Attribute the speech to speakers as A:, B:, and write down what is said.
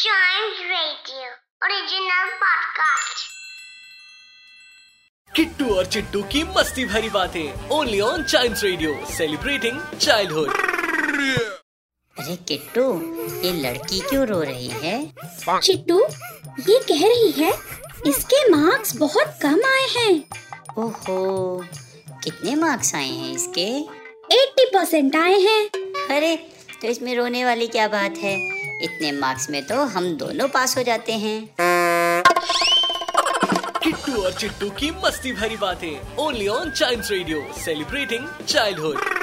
A: Giant Radio, original podcast.
B: Kittu और चिट्टू की मस्ती भरी बातें only on child radio celebrating childhood
C: अरे किट्टू ये लड़की क्यों रो रही है
D: चिट्टू ये कह रही है इसके मार्क्स बहुत कम आए हैं
C: ओहो कितने मार्क्स आए हैं इसके
D: 80 परसेंट आए हैं
C: अरे तो इसमें रोने वाली क्या बात है इतने मार्क्स में तो हम दोनों पास हो जाते हैं
B: किट्टू और चिट्टू की मस्ती भरी बातें only on child radio celebrating childhood